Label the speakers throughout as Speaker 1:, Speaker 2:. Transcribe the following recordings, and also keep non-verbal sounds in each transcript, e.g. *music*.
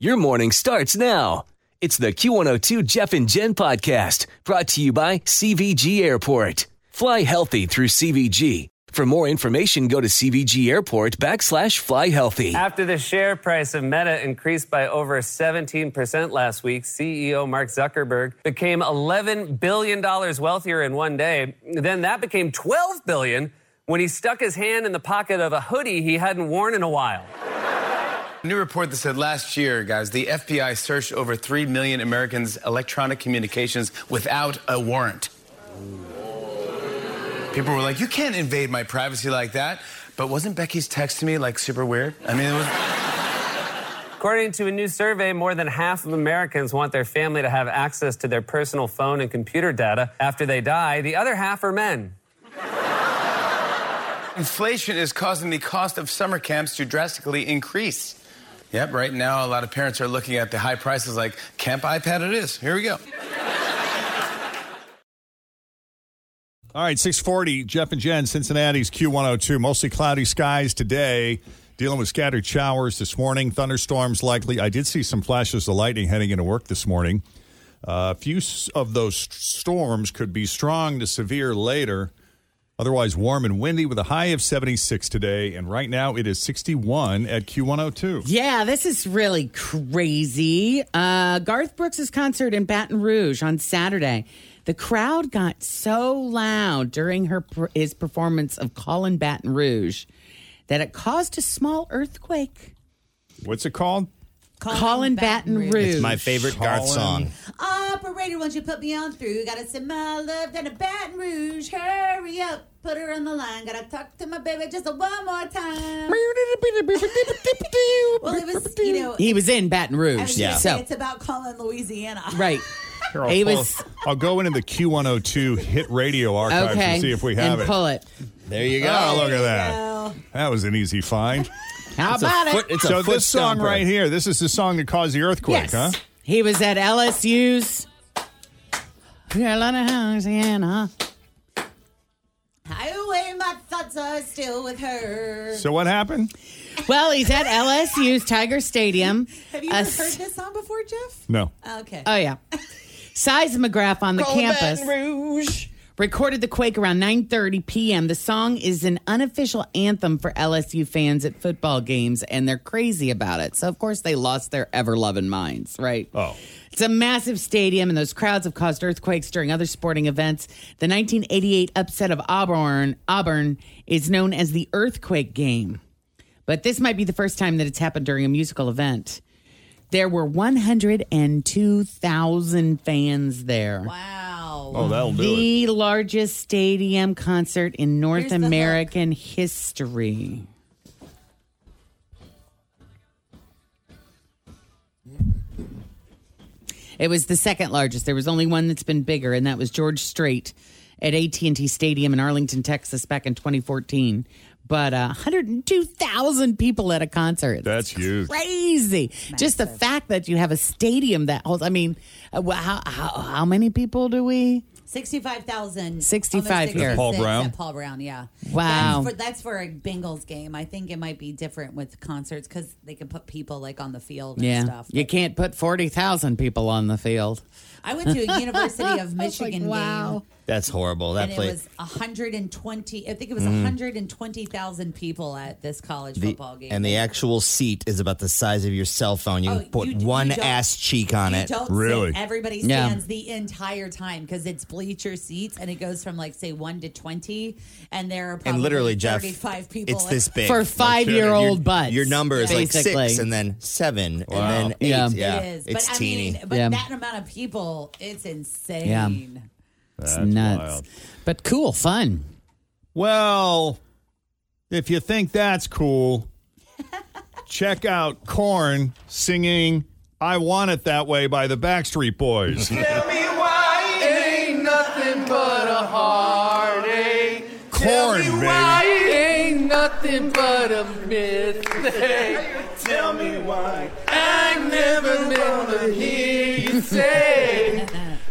Speaker 1: Your morning starts now. It's the Q102 Jeff and Jen podcast brought to you by CVG Airport. Fly healthy through CVG. For more information, go to CVG Airport backslash fly healthy.
Speaker 2: After the share price of Meta increased by over 17% last week, CEO Mark Zuckerberg became $11 billion wealthier in one day. Then that became $12 billion when he stuck his hand in the pocket of a hoodie he hadn't worn in a while.
Speaker 3: A new report that said last year, guys, the FBI searched over 3 million Americans' electronic communications without a warrant. People were like, you can't invade my privacy like that. But wasn't Becky's text to me like super weird? I mean, it was.
Speaker 2: According to a new survey, more than half of Americans want their family to have access to their personal phone and computer data after they die. The other half are men.
Speaker 3: Inflation is causing the cost of summer camps to drastically increase. Yep, right now a lot of parents are looking at the high prices like, camp iPad it is. Here we go.
Speaker 4: All right, 640, Jeff and Jen, Cincinnati's Q102. Mostly cloudy skies today, dealing with scattered showers this morning, thunderstorms likely. I did see some flashes of lightning heading into work this morning. Uh, A few s- of those st- storms could be strong to severe later. Otherwise, warm and windy with a high of 76 today. And right now it is 61 at Q102.
Speaker 5: Yeah, this is really crazy. Uh, Garth Brooks' concert in Baton Rouge on Saturday. The crowd got so loud during her his performance of Colin Baton Rouge that it caused a small earthquake.
Speaker 4: What's it called?
Speaker 5: Colin, Baton, Rouge. *laughs*
Speaker 6: It's my favorite Garth
Speaker 4: Colin.
Speaker 6: song.
Speaker 7: Operator, won't you put me on through? Gotta send my love down to Baton Rouge. Hurry up, put her on the line. Gotta talk to my baby just one more time. Well, it was, you know,
Speaker 5: He was in Baton Rouge.
Speaker 7: I was
Speaker 5: yeah.
Speaker 7: gonna say
Speaker 5: So,
Speaker 7: it's about calling Louisiana.
Speaker 5: right.
Speaker 4: Here, I'll,
Speaker 5: It
Speaker 4: pull-
Speaker 5: was-
Speaker 4: I'll go into the Q102 hit radio archives
Speaker 5: Okay.
Speaker 4: and see if we have
Speaker 5: and
Speaker 4: it.
Speaker 5: pull it.
Speaker 6: There you go.
Speaker 4: Oh, look at
Speaker 7: Well,
Speaker 4: that. That was an easy find.
Speaker 5: How
Speaker 6: It's a
Speaker 5: about
Speaker 6: foot-
Speaker 5: it?
Speaker 6: it's a
Speaker 4: So
Speaker 6: foot
Speaker 4: this song
Speaker 6: stomper.
Speaker 4: right here, this is the song that caused the earthquake,
Speaker 5: Yes.
Speaker 4: huh?
Speaker 5: He was at LSU's. Carolina, Louisiana.
Speaker 7: highway, my thoughts are still with her.
Speaker 4: So what happened?
Speaker 5: Well, he's at LSU's Tiger Stadium.
Speaker 7: Have you
Speaker 5: A
Speaker 7: ever
Speaker 5: s-
Speaker 7: heard this song before, Jeff?
Speaker 4: No.
Speaker 7: Okay.
Speaker 5: Oh yeah. Seismograph on the campus recorded the quake around 9:30 p.m. The song is an unofficial anthem for LSU fans at football games and they're crazy about it. So of course they lost their ever-loving minds, right?
Speaker 4: Oh.
Speaker 5: It's a massive stadium, and those crowds have caused earthquakes during other sporting events. The 1988 upset of Auburn, Auburn is known as the earthquake game, but this might be the first time that it's happened during a musical event. There were 102,000 fans there.
Speaker 7: Wow.
Speaker 4: Oh, that'll do it.
Speaker 5: The largest stadium concert in North
Speaker 7: Here's the hook.
Speaker 5: American history. It was the second largest. There was only one that's been bigger, and that was George Strait at AT&T Stadium in Arlington, Texas, back in 2014. But uh, 102,000 people at a concert.
Speaker 4: That's huge.
Speaker 5: Crazy. Just the fact that you have a stadium that holds. I mean, uh, wh- how how, how many people do we?
Speaker 7: 65,000.
Speaker 5: 65
Speaker 7: almost
Speaker 5: here. At
Speaker 4: Paul
Speaker 7: 66
Speaker 4: Brown?
Speaker 7: at Paul Brown, yeah.
Speaker 5: Wow.
Speaker 7: That's for, that's for a Bengals game. I think it might be different with concerts because they can put people like on the field and
Speaker 5: Yeah,
Speaker 7: stuff.
Speaker 5: you
Speaker 7: But
Speaker 5: can't put forty thousand people on the field.
Speaker 7: I went to
Speaker 5: *laughs*
Speaker 7: a University of
Speaker 5: I was like,
Speaker 7: Michigan
Speaker 5: wow.
Speaker 7: game.
Speaker 6: That's horrible. That
Speaker 7: And it
Speaker 6: place.
Speaker 7: was 120, I think it was 120,000 people at this college football game.
Speaker 6: And Mm. the actual seat is about the size of your cell phone. You
Speaker 7: Oh,
Speaker 6: can put
Speaker 7: you d- you
Speaker 6: one
Speaker 7: don't-
Speaker 6: ass cheek on
Speaker 7: You
Speaker 6: it.
Speaker 7: don't
Speaker 4: Really?
Speaker 7: sit. Everybody
Speaker 5: Yeah.
Speaker 7: stands the entire time because it's bleacher seats, and it goes from like say one to twenty, and there are probably
Speaker 6: And literally, Jeff,
Speaker 7: thirty-five people.
Speaker 6: it's this big.
Speaker 5: For five-year-old
Speaker 6: Your-
Speaker 5: butts,
Speaker 6: Your number is like
Speaker 5: basically.
Speaker 6: six and then seven and then eight.
Speaker 5: Yeah.
Speaker 6: Yeah.
Speaker 5: It
Speaker 7: It is, but
Speaker 6: It's
Speaker 7: I
Speaker 6: teeny.
Speaker 7: mean, but
Speaker 5: Yeah.
Speaker 7: that amount of people, it's insane.
Speaker 5: It's nuts, but cool, fun.
Speaker 4: Well, if you think that's cool, check out Corn singing I Want It That Way by the Backstreet
Speaker 5: *laughs*
Speaker 4: Boys. Corn, baby.
Speaker 8: ain't nothing but a mistake. Tell me why I never gonna hear you say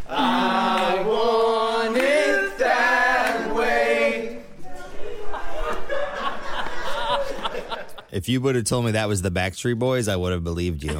Speaker 8: I want it that way.
Speaker 6: If you would have told me that was the Backstreet Boys, I would have believed you.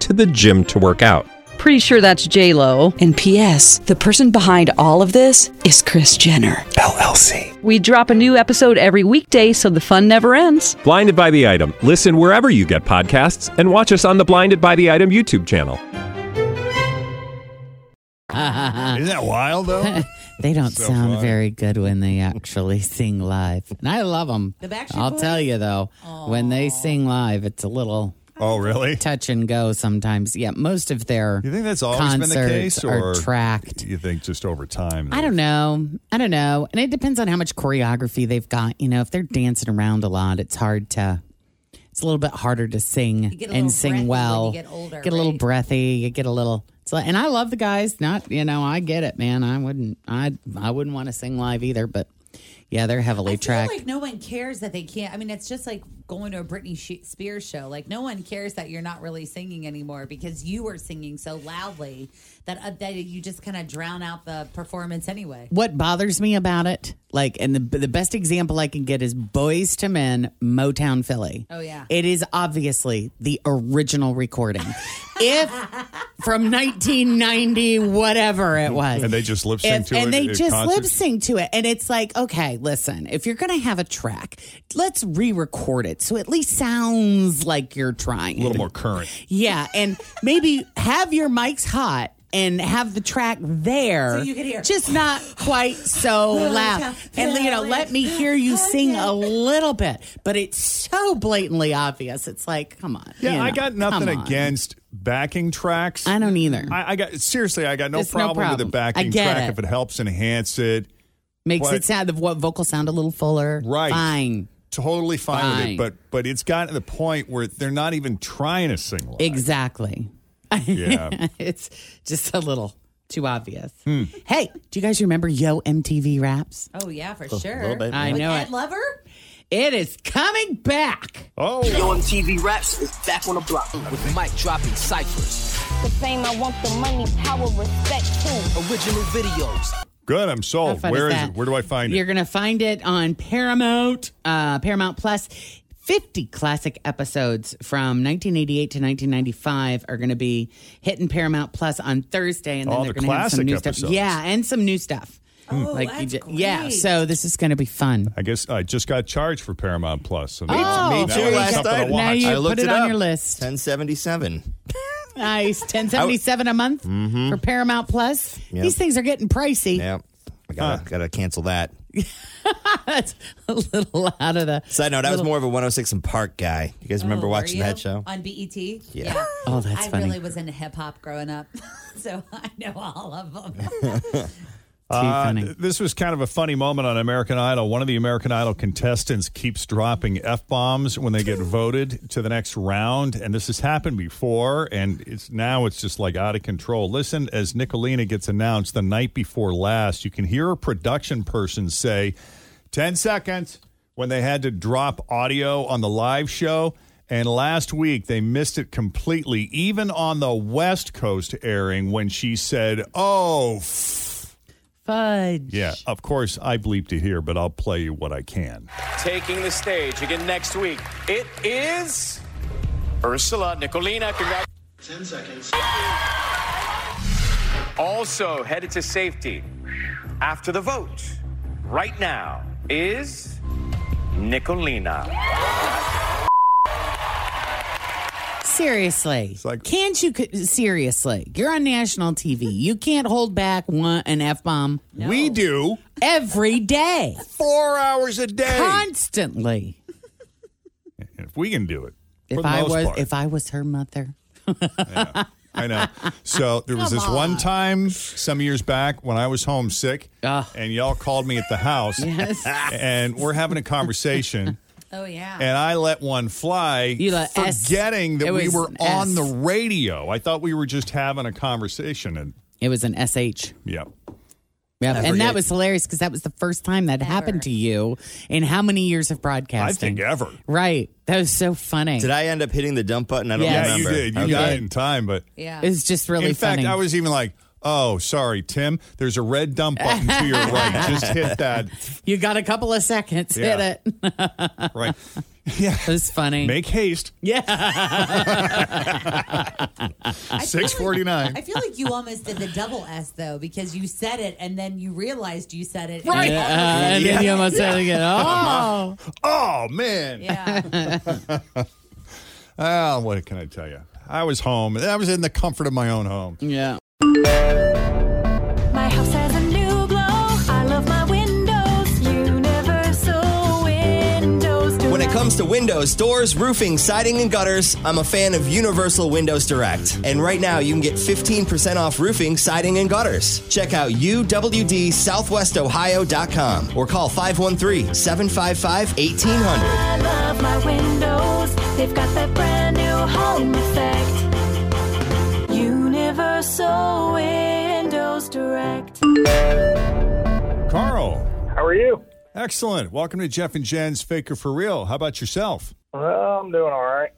Speaker 9: to the gym to work out.
Speaker 10: Pretty sure that's J Lo.
Speaker 11: And P.S. The person behind all of this is Chris Jenner.
Speaker 9: LLC.
Speaker 10: We drop a new episode every weekday, so the fun never ends.
Speaker 9: Blinded by the item. Listen wherever you get podcasts, and watch us on the Blinded by the Item YouTube channel.
Speaker 4: Isn't that wild,
Speaker 5: *laughs*
Speaker 4: though?
Speaker 5: They don't
Speaker 4: So
Speaker 5: sound
Speaker 4: fun.
Speaker 5: very good when they actually *laughs* sing live. And I love them.
Speaker 7: The Backstreet
Speaker 5: I'll
Speaker 7: Boys?
Speaker 5: tell you though, when they sing live, it's a little
Speaker 4: oh, really?
Speaker 5: touch and go sometimes. Yeah, most of their
Speaker 4: You think that's always been
Speaker 5: concerts
Speaker 4: the case?
Speaker 5: are
Speaker 4: Or
Speaker 5: tracked.
Speaker 4: you think just over time?
Speaker 5: I don't know. I don't know. And it depends on how much choreography they've got. You know, if they're dancing around a lot, it's hard to. It's a little bit harder to sing
Speaker 7: get a little
Speaker 5: and sing
Speaker 7: breathy when
Speaker 5: well.
Speaker 7: you get older,
Speaker 5: Get a little
Speaker 7: right?
Speaker 5: breathy. You get a little. So, and I love the guys. Not you know. I get it, man. I wouldn't. I I wouldn't want to sing live either. But yeah, they're heavily
Speaker 7: I feel
Speaker 5: tracked.
Speaker 7: like no one cares that they can't. I mean, it's just like going to a Britney She- Spears show. Like no one cares that you're not really singing anymore because you were singing so loudly that uh, that you just kind of drown out the performance anyway.
Speaker 5: what bothers me about it, like, and the the best example I can get is Boys to Men, Motown Philly.
Speaker 7: Oh, yeah.
Speaker 5: it is obviously the original recording, if from 1990, whatever it was,
Speaker 4: And they just lip sync
Speaker 5: If-
Speaker 4: to it.
Speaker 5: and they
Speaker 4: at
Speaker 5: just
Speaker 4: concerts?
Speaker 5: lip sync to it, and it's like, okay, listen, if you're gonna have a track, let's re-record it so it at least sounds like you're trying.
Speaker 4: A little more current.
Speaker 5: yeah, and maybe have your mics hot. And have the track there,
Speaker 7: So you could hear.
Speaker 5: just not quite
Speaker 7: *laughs*
Speaker 5: so loud. And you know, let me hear you sing a little bit, but it's so blatantly obvious. It's like, come on.
Speaker 4: Yeah,
Speaker 5: you know,
Speaker 4: I got
Speaker 5: come
Speaker 4: nothing
Speaker 5: on.
Speaker 4: against backing tracks.
Speaker 5: I don't either.
Speaker 4: I, I got seriously, I got no
Speaker 5: It's no
Speaker 4: problem, with
Speaker 5: problem.
Speaker 4: the backing
Speaker 5: I get
Speaker 4: track
Speaker 5: it.
Speaker 4: if it helps enhance it.
Speaker 5: Makes
Speaker 4: But-
Speaker 5: it sound the vo- vocal sound a little fuller.
Speaker 4: Right.
Speaker 5: Fine.
Speaker 4: Totally fine, with it,
Speaker 5: Fine.
Speaker 4: but but it's gotten to the point where they're not even trying to sing live.
Speaker 5: Exactly.
Speaker 4: Yeah.
Speaker 5: *laughs* it's just a little too obvious.
Speaker 6: Hmm.
Speaker 5: Hey, do you guys remember Yo MTV Raps?
Speaker 7: Oh yeah, for *laughs* sure.
Speaker 6: little bit.
Speaker 5: I
Speaker 7: Like
Speaker 5: know
Speaker 7: Ed
Speaker 5: it.
Speaker 7: Lover.
Speaker 5: It is coming back.
Speaker 4: Oh,
Speaker 8: TV Raps is back on the block with Mike dropping ciphers,
Speaker 12: The fame I want, the money, power, respect too.
Speaker 8: original videos.
Speaker 4: good. I'm
Speaker 5: How
Speaker 4: sold.
Speaker 5: fun
Speaker 4: Where
Speaker 5: is
Speaker 4: is,
Speaker 5: that?
Speaker 4: it? Where do I find
Speaker 5: You're
Speaker 4: it?
Speaker 5: going to find it on Paramount, uh, Paramount Plus. 50 classic episodes from 1988 to 1995 are going to be hitting Paramount Plus on Thursday, and then
Speaker 4: All
Speaker 5: they're
Speaker 4: the
Speaker 5: going to have some
Speaker 4: classic
Speaker 5: new stuff.
Speaker 4: episodes.
Speaker 5: Yeah, and some new stuff.
Speaker 7: Oh,
Speaker 5: you
Speaker 7: that's
Speaker 5: ju- yeah,
Speaker 7: great.
Speaker 5: so this is going to be fun.
Speaker 4: I guess I just got charged for Paramount Plus. So
Speaker 5: Oh,
Speaker 4: now
Speaker 5: too.
Speaker 4: I
Speaker 5: Now
Speaker 4: have
Speaker 5: you-
Speaker 4: something to watch.
Speaker 5: now you
Speaker 6: I looked
Speaker 5: put it,
Speaker 6: it
Speaker 5: on
Speaker 6: up.
Speaker 4: *laughs*
Speaker 5: your list.
Speaker 6: 1077.
Speaker 5: Nice, ten seventy seven a month
Speaker 4: Mm-hmm.
Speaker 5: for Paramount Plus.
Speaker 6: Yep.
Speaker 5: These things are getting pricey.
Speaker 6: Yeah. I gotta, gotta cancel that.
Speaker 5: That's *laughs* a little out of the.
Speaker 6: Side note, I was more of a 106 and Park guy. You guys remember
Speaker 7: Oh, were
Speaker 6: watching
Speaker 7: you?
Speaker 6: that show?
Speaker 7: on BET? Yeah.
Speaker 5: Oh, that's
Speaker 7: I
Speaker 5: funny.
Speaker 7: really was into hip hop growing up, *laughs* so I know all of
Speaker 6: *laughs*
Speaker 7: them.
Speaker 5: Too funny.
Speaker 4: th- Uh, This was kind of a funny moment on American Idol. One of the American Idol contestants keeps dropping f bombs when they get voted to the next round, and this has happened before, and it's now it's just like out of control. Listen, as Nicolina gets announced the night before last, you can hear a production person say, "10 seconds." When they had to drop audio on the live show. And last week, they missed it completely, even on the West Coast airing, when she said, Oh,
Speaker 5: Fudge.
Speaker 4: yeah, of course, I bleep to hear, but I'll play you what I can.
Speaker 8: Taking the stage again next week. It is Ursula Nicolina. Congratulations.
Speaker 12: 10 seconds.
Speaker 8: Also headed to safety after the vote right now is Nicolina.
Speaker 5: Seriously. can't you? c- Seriously. You're on national TV. You can't hold back one an F bomb.
Speaker 4: We do.
Speaker 5: Every day.
Speaker 4: Four hours a day.
Speaker 5: Constantly.
Speaker 4: If we can do it. for
Speaker 5: If
Speaker 4: the
Speaker 5: I
Speaker 4: most
Speaker 5: was
Speaker 4: part.
Speaker 5: if I was her mother.
Speaker 4: I know. So there was
Speaker 5: Come
Speaker 4: this one time some years back when I was homesick, and y'all called me at the house,
Speaker 5: Yes.
Speaker 4: and we're having a conversation,
Speaker 7: Oh yeah.
Speaker 4: and I let one fly,
Speaker 7: let S.
Speaker 4: forgetting that
Speaker 7: It
Speaker 4: we
Speaker 7: was
Speaker 4: were
Speaker 7: an
Speaker 4: on
Speaker 7: S.
Speaker 4: the radio. I thought we were just having a conversation, and
Speaker 5: it was an SH.
Speaker 4: Yep.
Speaker 5: Yeah,
Speaker 4: I
Speaker 5: and
Speaker 4: forget.
Speaker 5: that was hilarious because that was the first time that happened to you in how many years of broadcasting?
Speaker 4: ever.
Speaker 5: Right. That was so funny.
Speaker 6: Did I end up hitting the dump button? I don't
Speaker 5: Yes.
Speaker 4: Yeah, you
Speaker 6: remember.
Speaker 4: did. You
Speaker 6: Okay.
Speaker 4: got it in time, but
Speaker 7: Yeah.
Speaker 5: It's just really
Speaker 4: In fact,
Speaker 5: funny.
Speaker 4: I was even like, "Oh, sorry, Tim. There's a red dump button to
Speaker 5: *laughs*
Speaker 4: your right. Just hit that."
Speaker 5: You got a couple of seconds.
Speaker 4: Yeah.
Speaker 5: Hit it.
Speaker 4: Right. Yeah.
Speaker 5: It's funny. *laughs* Uh,
Speaker 4: Make haste. *laughs*
Speaker 7: I
Speaker 4: Yeah.
Speaker 7: feel like-
Speaker 4: Six forty nine.
Speaker 5: *laughs*
Speaker 7: I feel like you almost did the double S though, because you said it and then you realized you said it.
Speaker 5: Right. Yeah, uh, and then you almost said it again. Oh.
Speaker 4: oh man.
Speaker 7: Yeah.
Speaker 4: Ah, what can I tell you? I was home. I was in the comfort of my own home.
Speaker 5: Yeah.
Speaker 12: My house has a new glow. I love my windows. Universal Windows.
Speaker 6: When it comes to windows, doors, roofing, siding, and gutters, I'm a fan of Universal Windows Direct. And right now, you can get 15% off roofing, siding, and gutters. Check out uwdsouthwestohio.com or call 513 755 1800.
Speaker 12: I love my windows. They've got that brand new home effect. Universal Windows Direct.
Speaker 4: Carl.
Speaker 13: How are you?
Speaker 4: Excellent. Welcome to Jeff and Jen's Faker for Real. How about yourself?
Speaker 13: Well, I'm doing all right.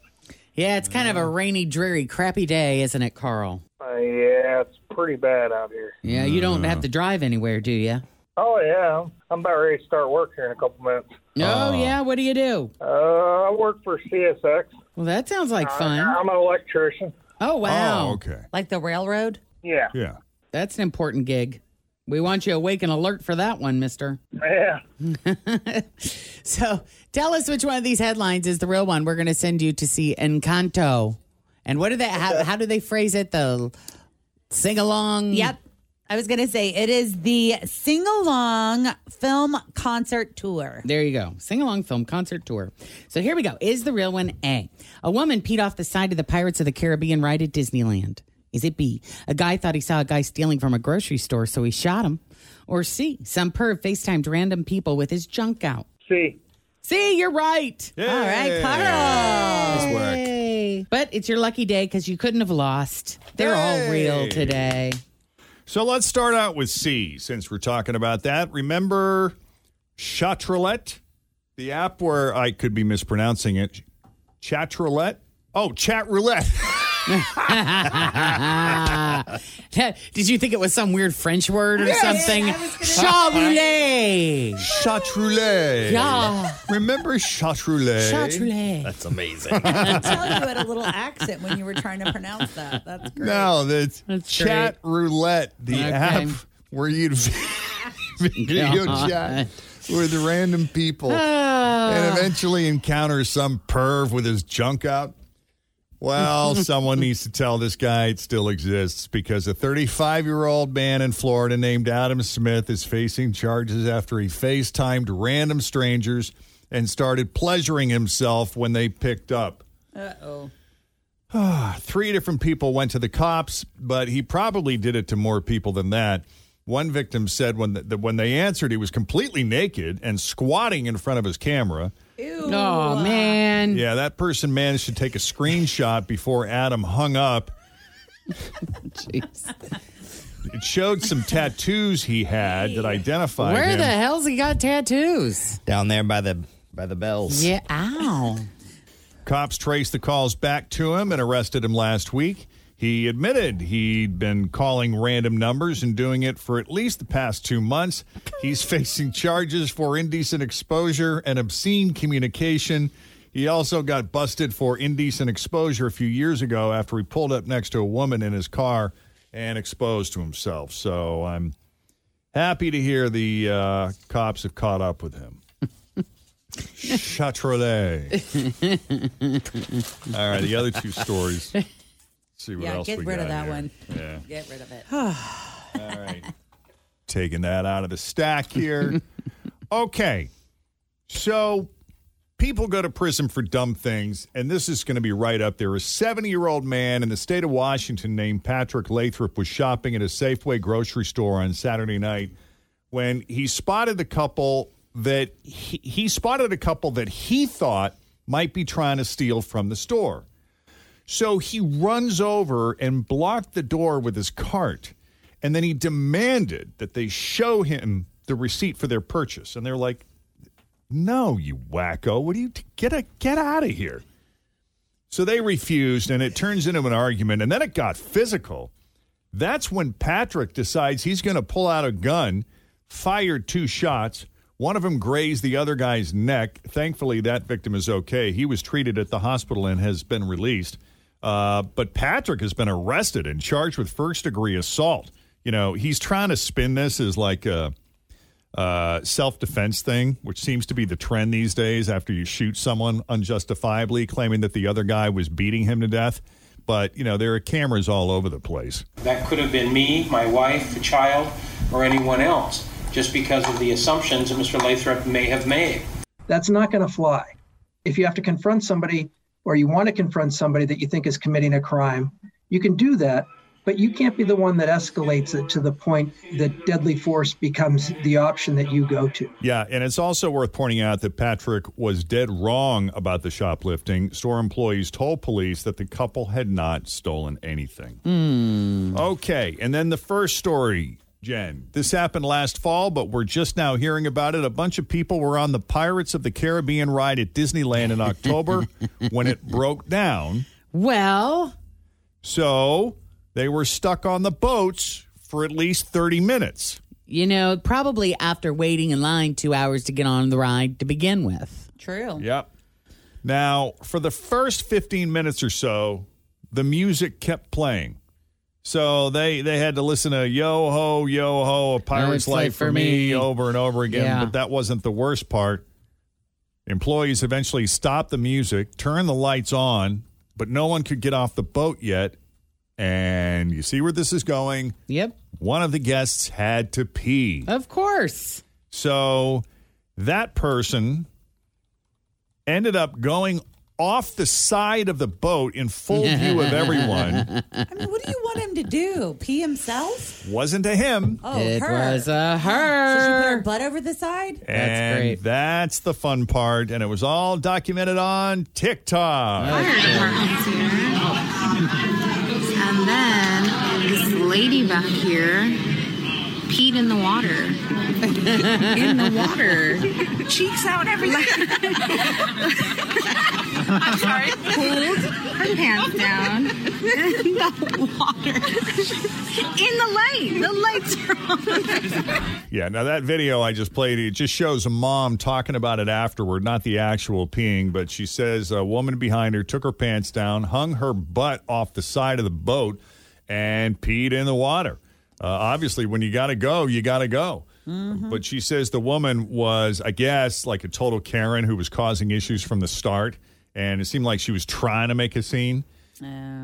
Speaker 5: Yeah, it's kind of a rainy, dreary, crappy day, isn't it, Carl?
Speaker 13: Uh, yeah, it's pretty bad out here.
Speaker 5: Yeah, you don't
Speaker 4: Uh-huh.
Speaker 5: have to drive anywhere, do you?
Speaker 13: Oh yeah, I'm about ready to start work here in a couple minutes.
Speaker 5: No,
Speaker 4: Uh-huh.
Speaker 5: yeah. What do you do?
Speaker 13: Uh, I work for CSX.
Speaker 5: Well, that sounds like fun.
Speaker 13: I'm an electrician.
Speaker 5: Oh wow.
Speaker 13: Oh,
Speaker 4: okay.
Speaker 5: Like the railroad?
Speaker 13: Yeah.
Speaker 4: Yeah.
Speaker 5: That's an important gig. We want you awake and alert for that one, mister.
Speaker 13: Yeah.
Speaker 5: *laughs* So tell us which one of these headlines is the real one. We're going to send you to see Encanto. And what do they, how, how do they phrase it? The sing along?
Speaker 7: Mm. Yep. I was gonna say it is the sing along film concert *laughs* tour.
Speaker 5: There you go. Sing along film concert tour. So here we go. Is the real one A? A woman peed off the side of the Pirates of the Caribbean ride at Disneyland. Is it B? A guy thought he saw a guy stealing from a grocery store, so he shot him. Or C? Some perv FaceTimed random people with his junk out.
Speaker 13: C.
Speaker 5: See, you're right. All right, Carl. But it's your lucky day because you couldn't have lost. They're all real
Speaker 4: Hey.
Speaker 5: today.
Speaker 4: So let's start out with C since we're talking about that. Remember Chatroulette? The app where I could be mispronouncing it. Chatroulette? Oh, chat roulette. *laughs*
Speaker 5: Did you think it was some weird French word or something? Charolais.
Speaker 4: Chatroulette.
Speaker 5: Yeah.
Speaker 4: Remember Chatroulette?
Speaker 5: Chatroulette.
Speaker 6: That's amazing.
Speaker 7: I could tell you had a *laughs* little accent when you were trying to pronounce that. That's great.
Speaker 4: No, the chat roulette, the
Speaker 7: Okay.
Speaker 4: app where you'd *laughs*
Speaker 7: *laughs*
Speaker 4: video
Speaker 5: God.
Speaker 4: chat with random people
Speaker 5: Ah.
Speaker 4: and eventually encounter some perv with his junk out.
Speaker 7: *laughs*
Speaker 4: Well, someone needs to tell this guy it still exists because a 35 year old man in Florida named Adam Smith is facing charges after he FaceTimed random strangers and started pleasuring himself when they picked up.
Speaker 7: Uh oh.
Speaker 4: Three different people went to the cops, but he probably did it to more people than that. One victim said when that when they answered, he was completely naked and squatting in front of his camera.
Speaker 5: Oh, man.
Speaker 4: Yeah, that person managed to take a screenshot before Adam hung up.
Speaker 5: *laughs* Jeez.
Speaker 4: It showed some tattoos he had that identified
Speaker 5: Where
Speaker 4: him.
Speaker 5: the hell's he got tattoos?
Speaker 6: Down there by the by the bells.
Speaker 5: Yeah. Ow.
Speaker 4: Cops traced the calls back to him and arrested him last week. He admitted he'd been calling random numbers and doing it for at least the past two months. He's *laughs* facing charges for indecent exposure and obscene communication. He also got busted for indecent exposure a few years ago after he pulled up next to a woman in his car and exposed to himself. So um, I'm happy to hear the uh, cops have caught up with him. Chatroulette. All right, the other two stories. See what
Speaker 7: yeah,
Speaker 4: else
Speaker 7: get
Speaker 4: we
Speaker 7: rid
Speaker 4: got
Speaker 7: of that
Speaker 4: here.
Speaker 7: one.
Speaker 4: Yeah.
Speaker 7: Get rid of it.
Speaker 4: All right. *laughs* Taking that out of the stack *laughs* here. okay. So people go to prison for dumb things, and this is going to be right up there. A 70 year old man in the state of Washington named Patrick Lathrop was shopping at a Safeway grocery store on Saturday night when he spotted the couple that he, he spotted a couple that he thought might be trying to steal from the store. So he runs over and blocked the door with his cart. And then he demanded that they show him the receipt for their purchase. And they're like, no, you wacko. What do you t- get a, get out of here? So they refused, and it turns into an argument, and then it got physical. That's when Patrick decides he's going to pull out a gun, fire two shots. One of them grazed the other guy's neck. Thankfully, that victim is okay. He was treated at the hospital and has been released. Uh, but Patrick has been arrested and charged with first degree assault. You know, he's trying to spin this as like a uh, self defense thing, which seems to be the trend these days after you shoot someone unjustifiably, claiming that the other guy was beating him to death. But, you know, there are cameras all over the place.
Speaker 14: That could have been me, my wife, the child, or anyone else, just because of the assumptions that Mr. Lathrop may have made.
Speaker 15: That's not going to fly. If you have to confront somebody or you want to confront somebody that you think is committing a crime, you can do that, but you can't be the one that escalates it to the point that deadly force becomes the option that you go to.
Speaker 4: Yeah, and it's also worth pointing out that Patrick was dead wrong about the shoplifting. Store employees told police that the couple had not stolen anything. Okay, and then the first story, Jen. This happened last fall, but we're just now hearing about it. A bunch of people were on the Pirates of the Caribbean ride at Disneyland in October when it broke down.
Speaker 5: Well,
Speaker 4: so they were stuck on the boats for at least 30 minutes.
Speaker 5: You know, probably after waiting in line two hours to get on the ride to begin with.
Speaker 7: True.
Speaker 4: Yep. Now, for the first 15 minutes or so, the music kept playing. So they they had to listen to yo ho yo ho a pirate's
Speaker 5: it's
Speaker 4: life,
Speaker 5: life
Speaker 4: for
Speaker 5: for
Speaker 4: me.
Speaker 5: me.
Speaker 4: over and over again,
Speaker 5: Yeah.
Speaker 4: but that wasn't the worst part. Employees eventually stopped the music, turned the lights on, but no one could get off the boat yet. And you see where this is going?
Speaker 5: Yep.
Speaker 4: One of the guests had to pee.
Speaker 5: Of course.
Speaker 4: So that person ended up going off the side of the boat in full view of everyone.
Speaker 7: I mean, what do you want him to do? Pee himself?
Speaker 4: Wasn't to him.
Speaker 7: Oh, her. So she put her butt over the side?
Speaker 4: and that's the fun part. And it was all documented on TikTok.
Speaker 16: departments here. And then this lady back here peed in the water. *laughs* In the water. Cheeks out everything. I'm sorry. Pulled her pants down in the water. *laughs* In the light. The lights are on.
Speaker 4: Yeah, now that video I just played, it just shows a mom talking about it afterward, not the actual peeing, but she says a woman behind her took her pants down, hung her butt off the side of the boat, and peed in the water. Uh, obviously, when you got to go, you got to go. But she says the woman was, I guess, like a total Karen who was causing issues from the start. And it seemed like she was trying to make a scene.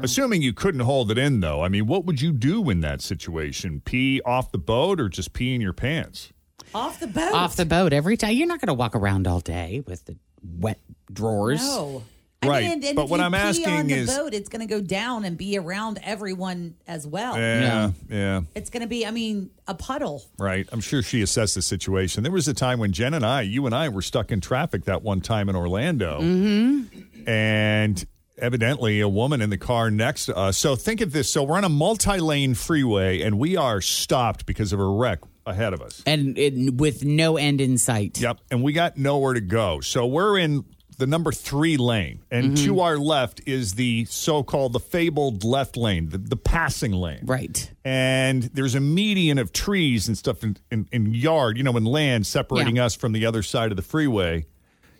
Speaker 4: Assuming you couldn't hold it in, though, I mean, what would you do in that situation? Pee off the boat or just pee in your pants?
Speaker 7: Off the boat.
Speaker 5: Off the boat every time. You're not going to walk around all day with the wet drawers.
Speaker 7: No.
Speaker 4: Right.
Speaker 7: And, and
Speaker 4: but
Speaker 7: if
Speaker 4: what
Speaker 7: you
Speaker 4: I'm
Speaker 7: pee on
Speaker 4: asking
Speaker 7: the
Speaker 4: is.
Speaker 7: boat, it's going to go down and be around everyone as well.
Speaker 4: Yeah, yeah.
Speaker 7: It's going to be, I mean, a puddle.
Speaker 4: Right. I'm sure she assessed the situation. There was a time when Jen and I, you and I, were stuck in traffic that one time in Orlando. And evidently, a woman in the car next to us. So think of this. So we're on a multi lane freeway and we are stopped because of a wreck ahead of us.
Speaker 5: And it, with no end in sight.
Speaker 4: Yep. And we got nowhere to go. So we're in the number three lane. And
Speaker 5: Mhm.
Speaker 4: to our left is the so called, the fabled left lane, the, the passing lane.
Speaker 5: Right.
Speaker 4: And there's a median of trees and stuff in, in, in yard, you know, and land separating us from the other side of the freeway.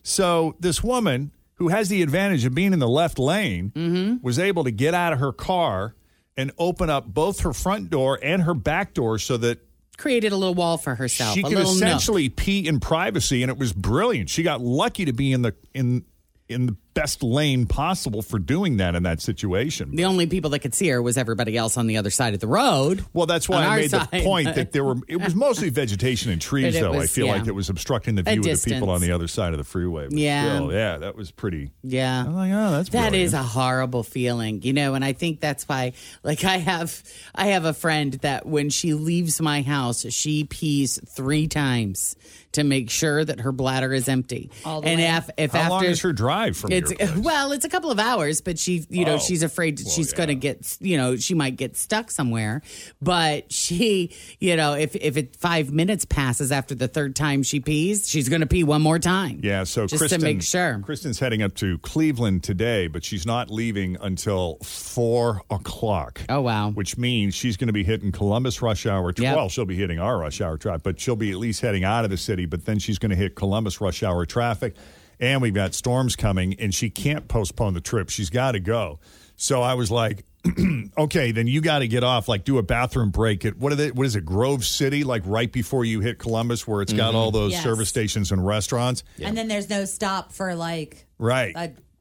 Speaker 4: So this woman who has the advantage of being in the left lane
Speaker 5: Mm-hmm.
Speaker 4: was able to get out of her car and open up both her front door and her back door so that
Speaker 5: created a little wall for herself.
Speaker 4: She
Speaker 5: a
Speaker 4: could
Speaker 5: little nook.
Speaker 4: essentially pee in privacy, and it was brilliant. She got lucky to be in the in in the best lane possible for doing that in that situation.
Speaker 5: The only people that could see her was everybody else on the other side of the road.
Speaker 4: Well, that's why
Speaker 5: On
Speaker 4: I
Speaker 5: our
Speaker 4: made the
Speaker 5: side,
Speaker 4: point
Speaker 5: but-
Speaker 4: that there were. It was
Speaker 5: *laughs*
Speaker 4: mostly vegetation and trees,
Speaker 5: But it
Speaker 4: though. I
Speaker 5: was-
Speaker 4: feel
Speaker 5: yeah.
Speaker 4: like it was obstructing the
Speaker 5: A
Speaker 4: view of the people on
Speaker 5: distance.
Speaker 4: the other side of the freeway. But
Speaker 5: Yeah.
Speaker 4: still, yeah, that was pretty.
Speaker 5: Yeah.
Speaker 4: I'm like, oh, that's
Speaker 5: that is
Speaker 4: brilliant.
Speaker 5: a horrible feeling, you know, and I think that's why like I have I have a friend that when she leaves my house, she pees 3 times to make sure that her bladder is empty.
Speaker 4: All the
Speaker 5: and
Speaker 4: way.
Speaker 5: if if
Speaker 4: How
Speaker 5: after
Speaker 4: long is her drive from
Speaker 5: it's,
Speaker 4: your place?
Speaker 5: Well, it's a couple of hours, but she, you know,
Speaker 4: Oh.
Speaker 5: she's afraid that she's going to get, you know, she might get stuck somewhere. But she, you know, if if it 5 minutes passes after the third time she pees, she's going to pee one more time.
Speaker 4: Yeah, so
Speaker 5: Just to
Speaker 4: Kristen,
Speaker 5: make sure.
Speaker 4: Kristen's heading up to Cleveland today, but she's not leaving until four o'clock.
Speaker 5: Oh wow!
Speaker 4: Which means she's going to be hitting Columbus rush hour. Tra-
Speaker 5: Yep.
Speaker 4: Well, she'll be hitting our rush hour traffic, but she'll be at least heading out of the city. But then she's going to hit Columbus rush hour traffic, and we've got storms coming, and she can't postpone the trip. She's got to go. So I was like. *clears throat* okay, then you got to get off. Like, do a bathroom break at what are they, What is it, Grove City? Like right before you hit Columbus, where it's got
Speaker 7: Mhm.
Speaker 4: all those
Speaker 7: Yes.
Speaker 4: service stations and restaurants.
Speaker 7: And then there's no stop for like
Speaker 4: Right.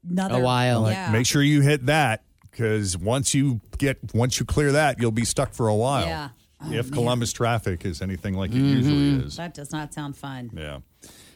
Speaker 7: another
Speaker 4: Like,
Speaker 7: Yeah.
Speaker 4: Make sure you hit that because once you get once you clear that, you'll be stuck for a while.
Speaker 7: Yeah. Oh,
Speaker 4: if
Speaker 7: man. Mm-hmm.
Speaker 4: Columbus traffic is anything like it usually is.
Speaker 7: That does not sound fun.
Speaker 4: Yeah.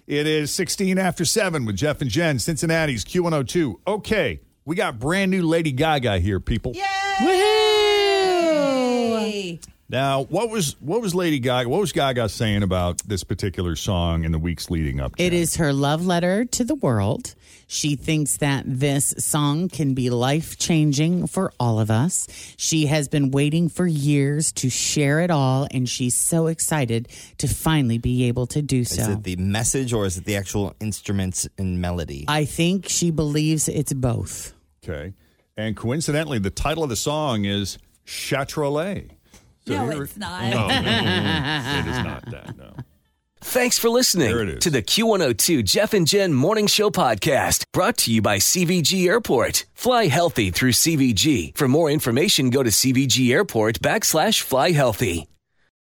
Speaker 4: It is 16 after 7 with Jeff and Jen, Cincinnati's Q102. Okay, we got brand new Lady Gaga here, people. Oh.
Speaker 7: Woohoo!
Speaker 4: Now, what was what was Lady Gaga what was Gaga saying about this particular song in the weeks leading up to
Speaker 5: It is her love letter to the world. She thinks that this song can be life changing for all of us. She has been waiting for years to share it all, and she's so excited to finally be able to do so.
Speaker 6: Is it the message or is it the actual instruments and melody?
Speaker 5: I think she believes it's both.
Speaker 4: Okay. And coincidentally, the title of the song is Chatroulette.
Speaker 7: No,
Speaker 4: here- Oh,
Speaker 7: it's not.
Speaker 4: No, it is not that. No.
Speaker 1: Thanks for listening to the Q102 Jeff and Jen Morning Show Podcast, brought to you by CVG Airport. Fly healthy through CVG. For more information, go to CVG Airport backslash fly healthy.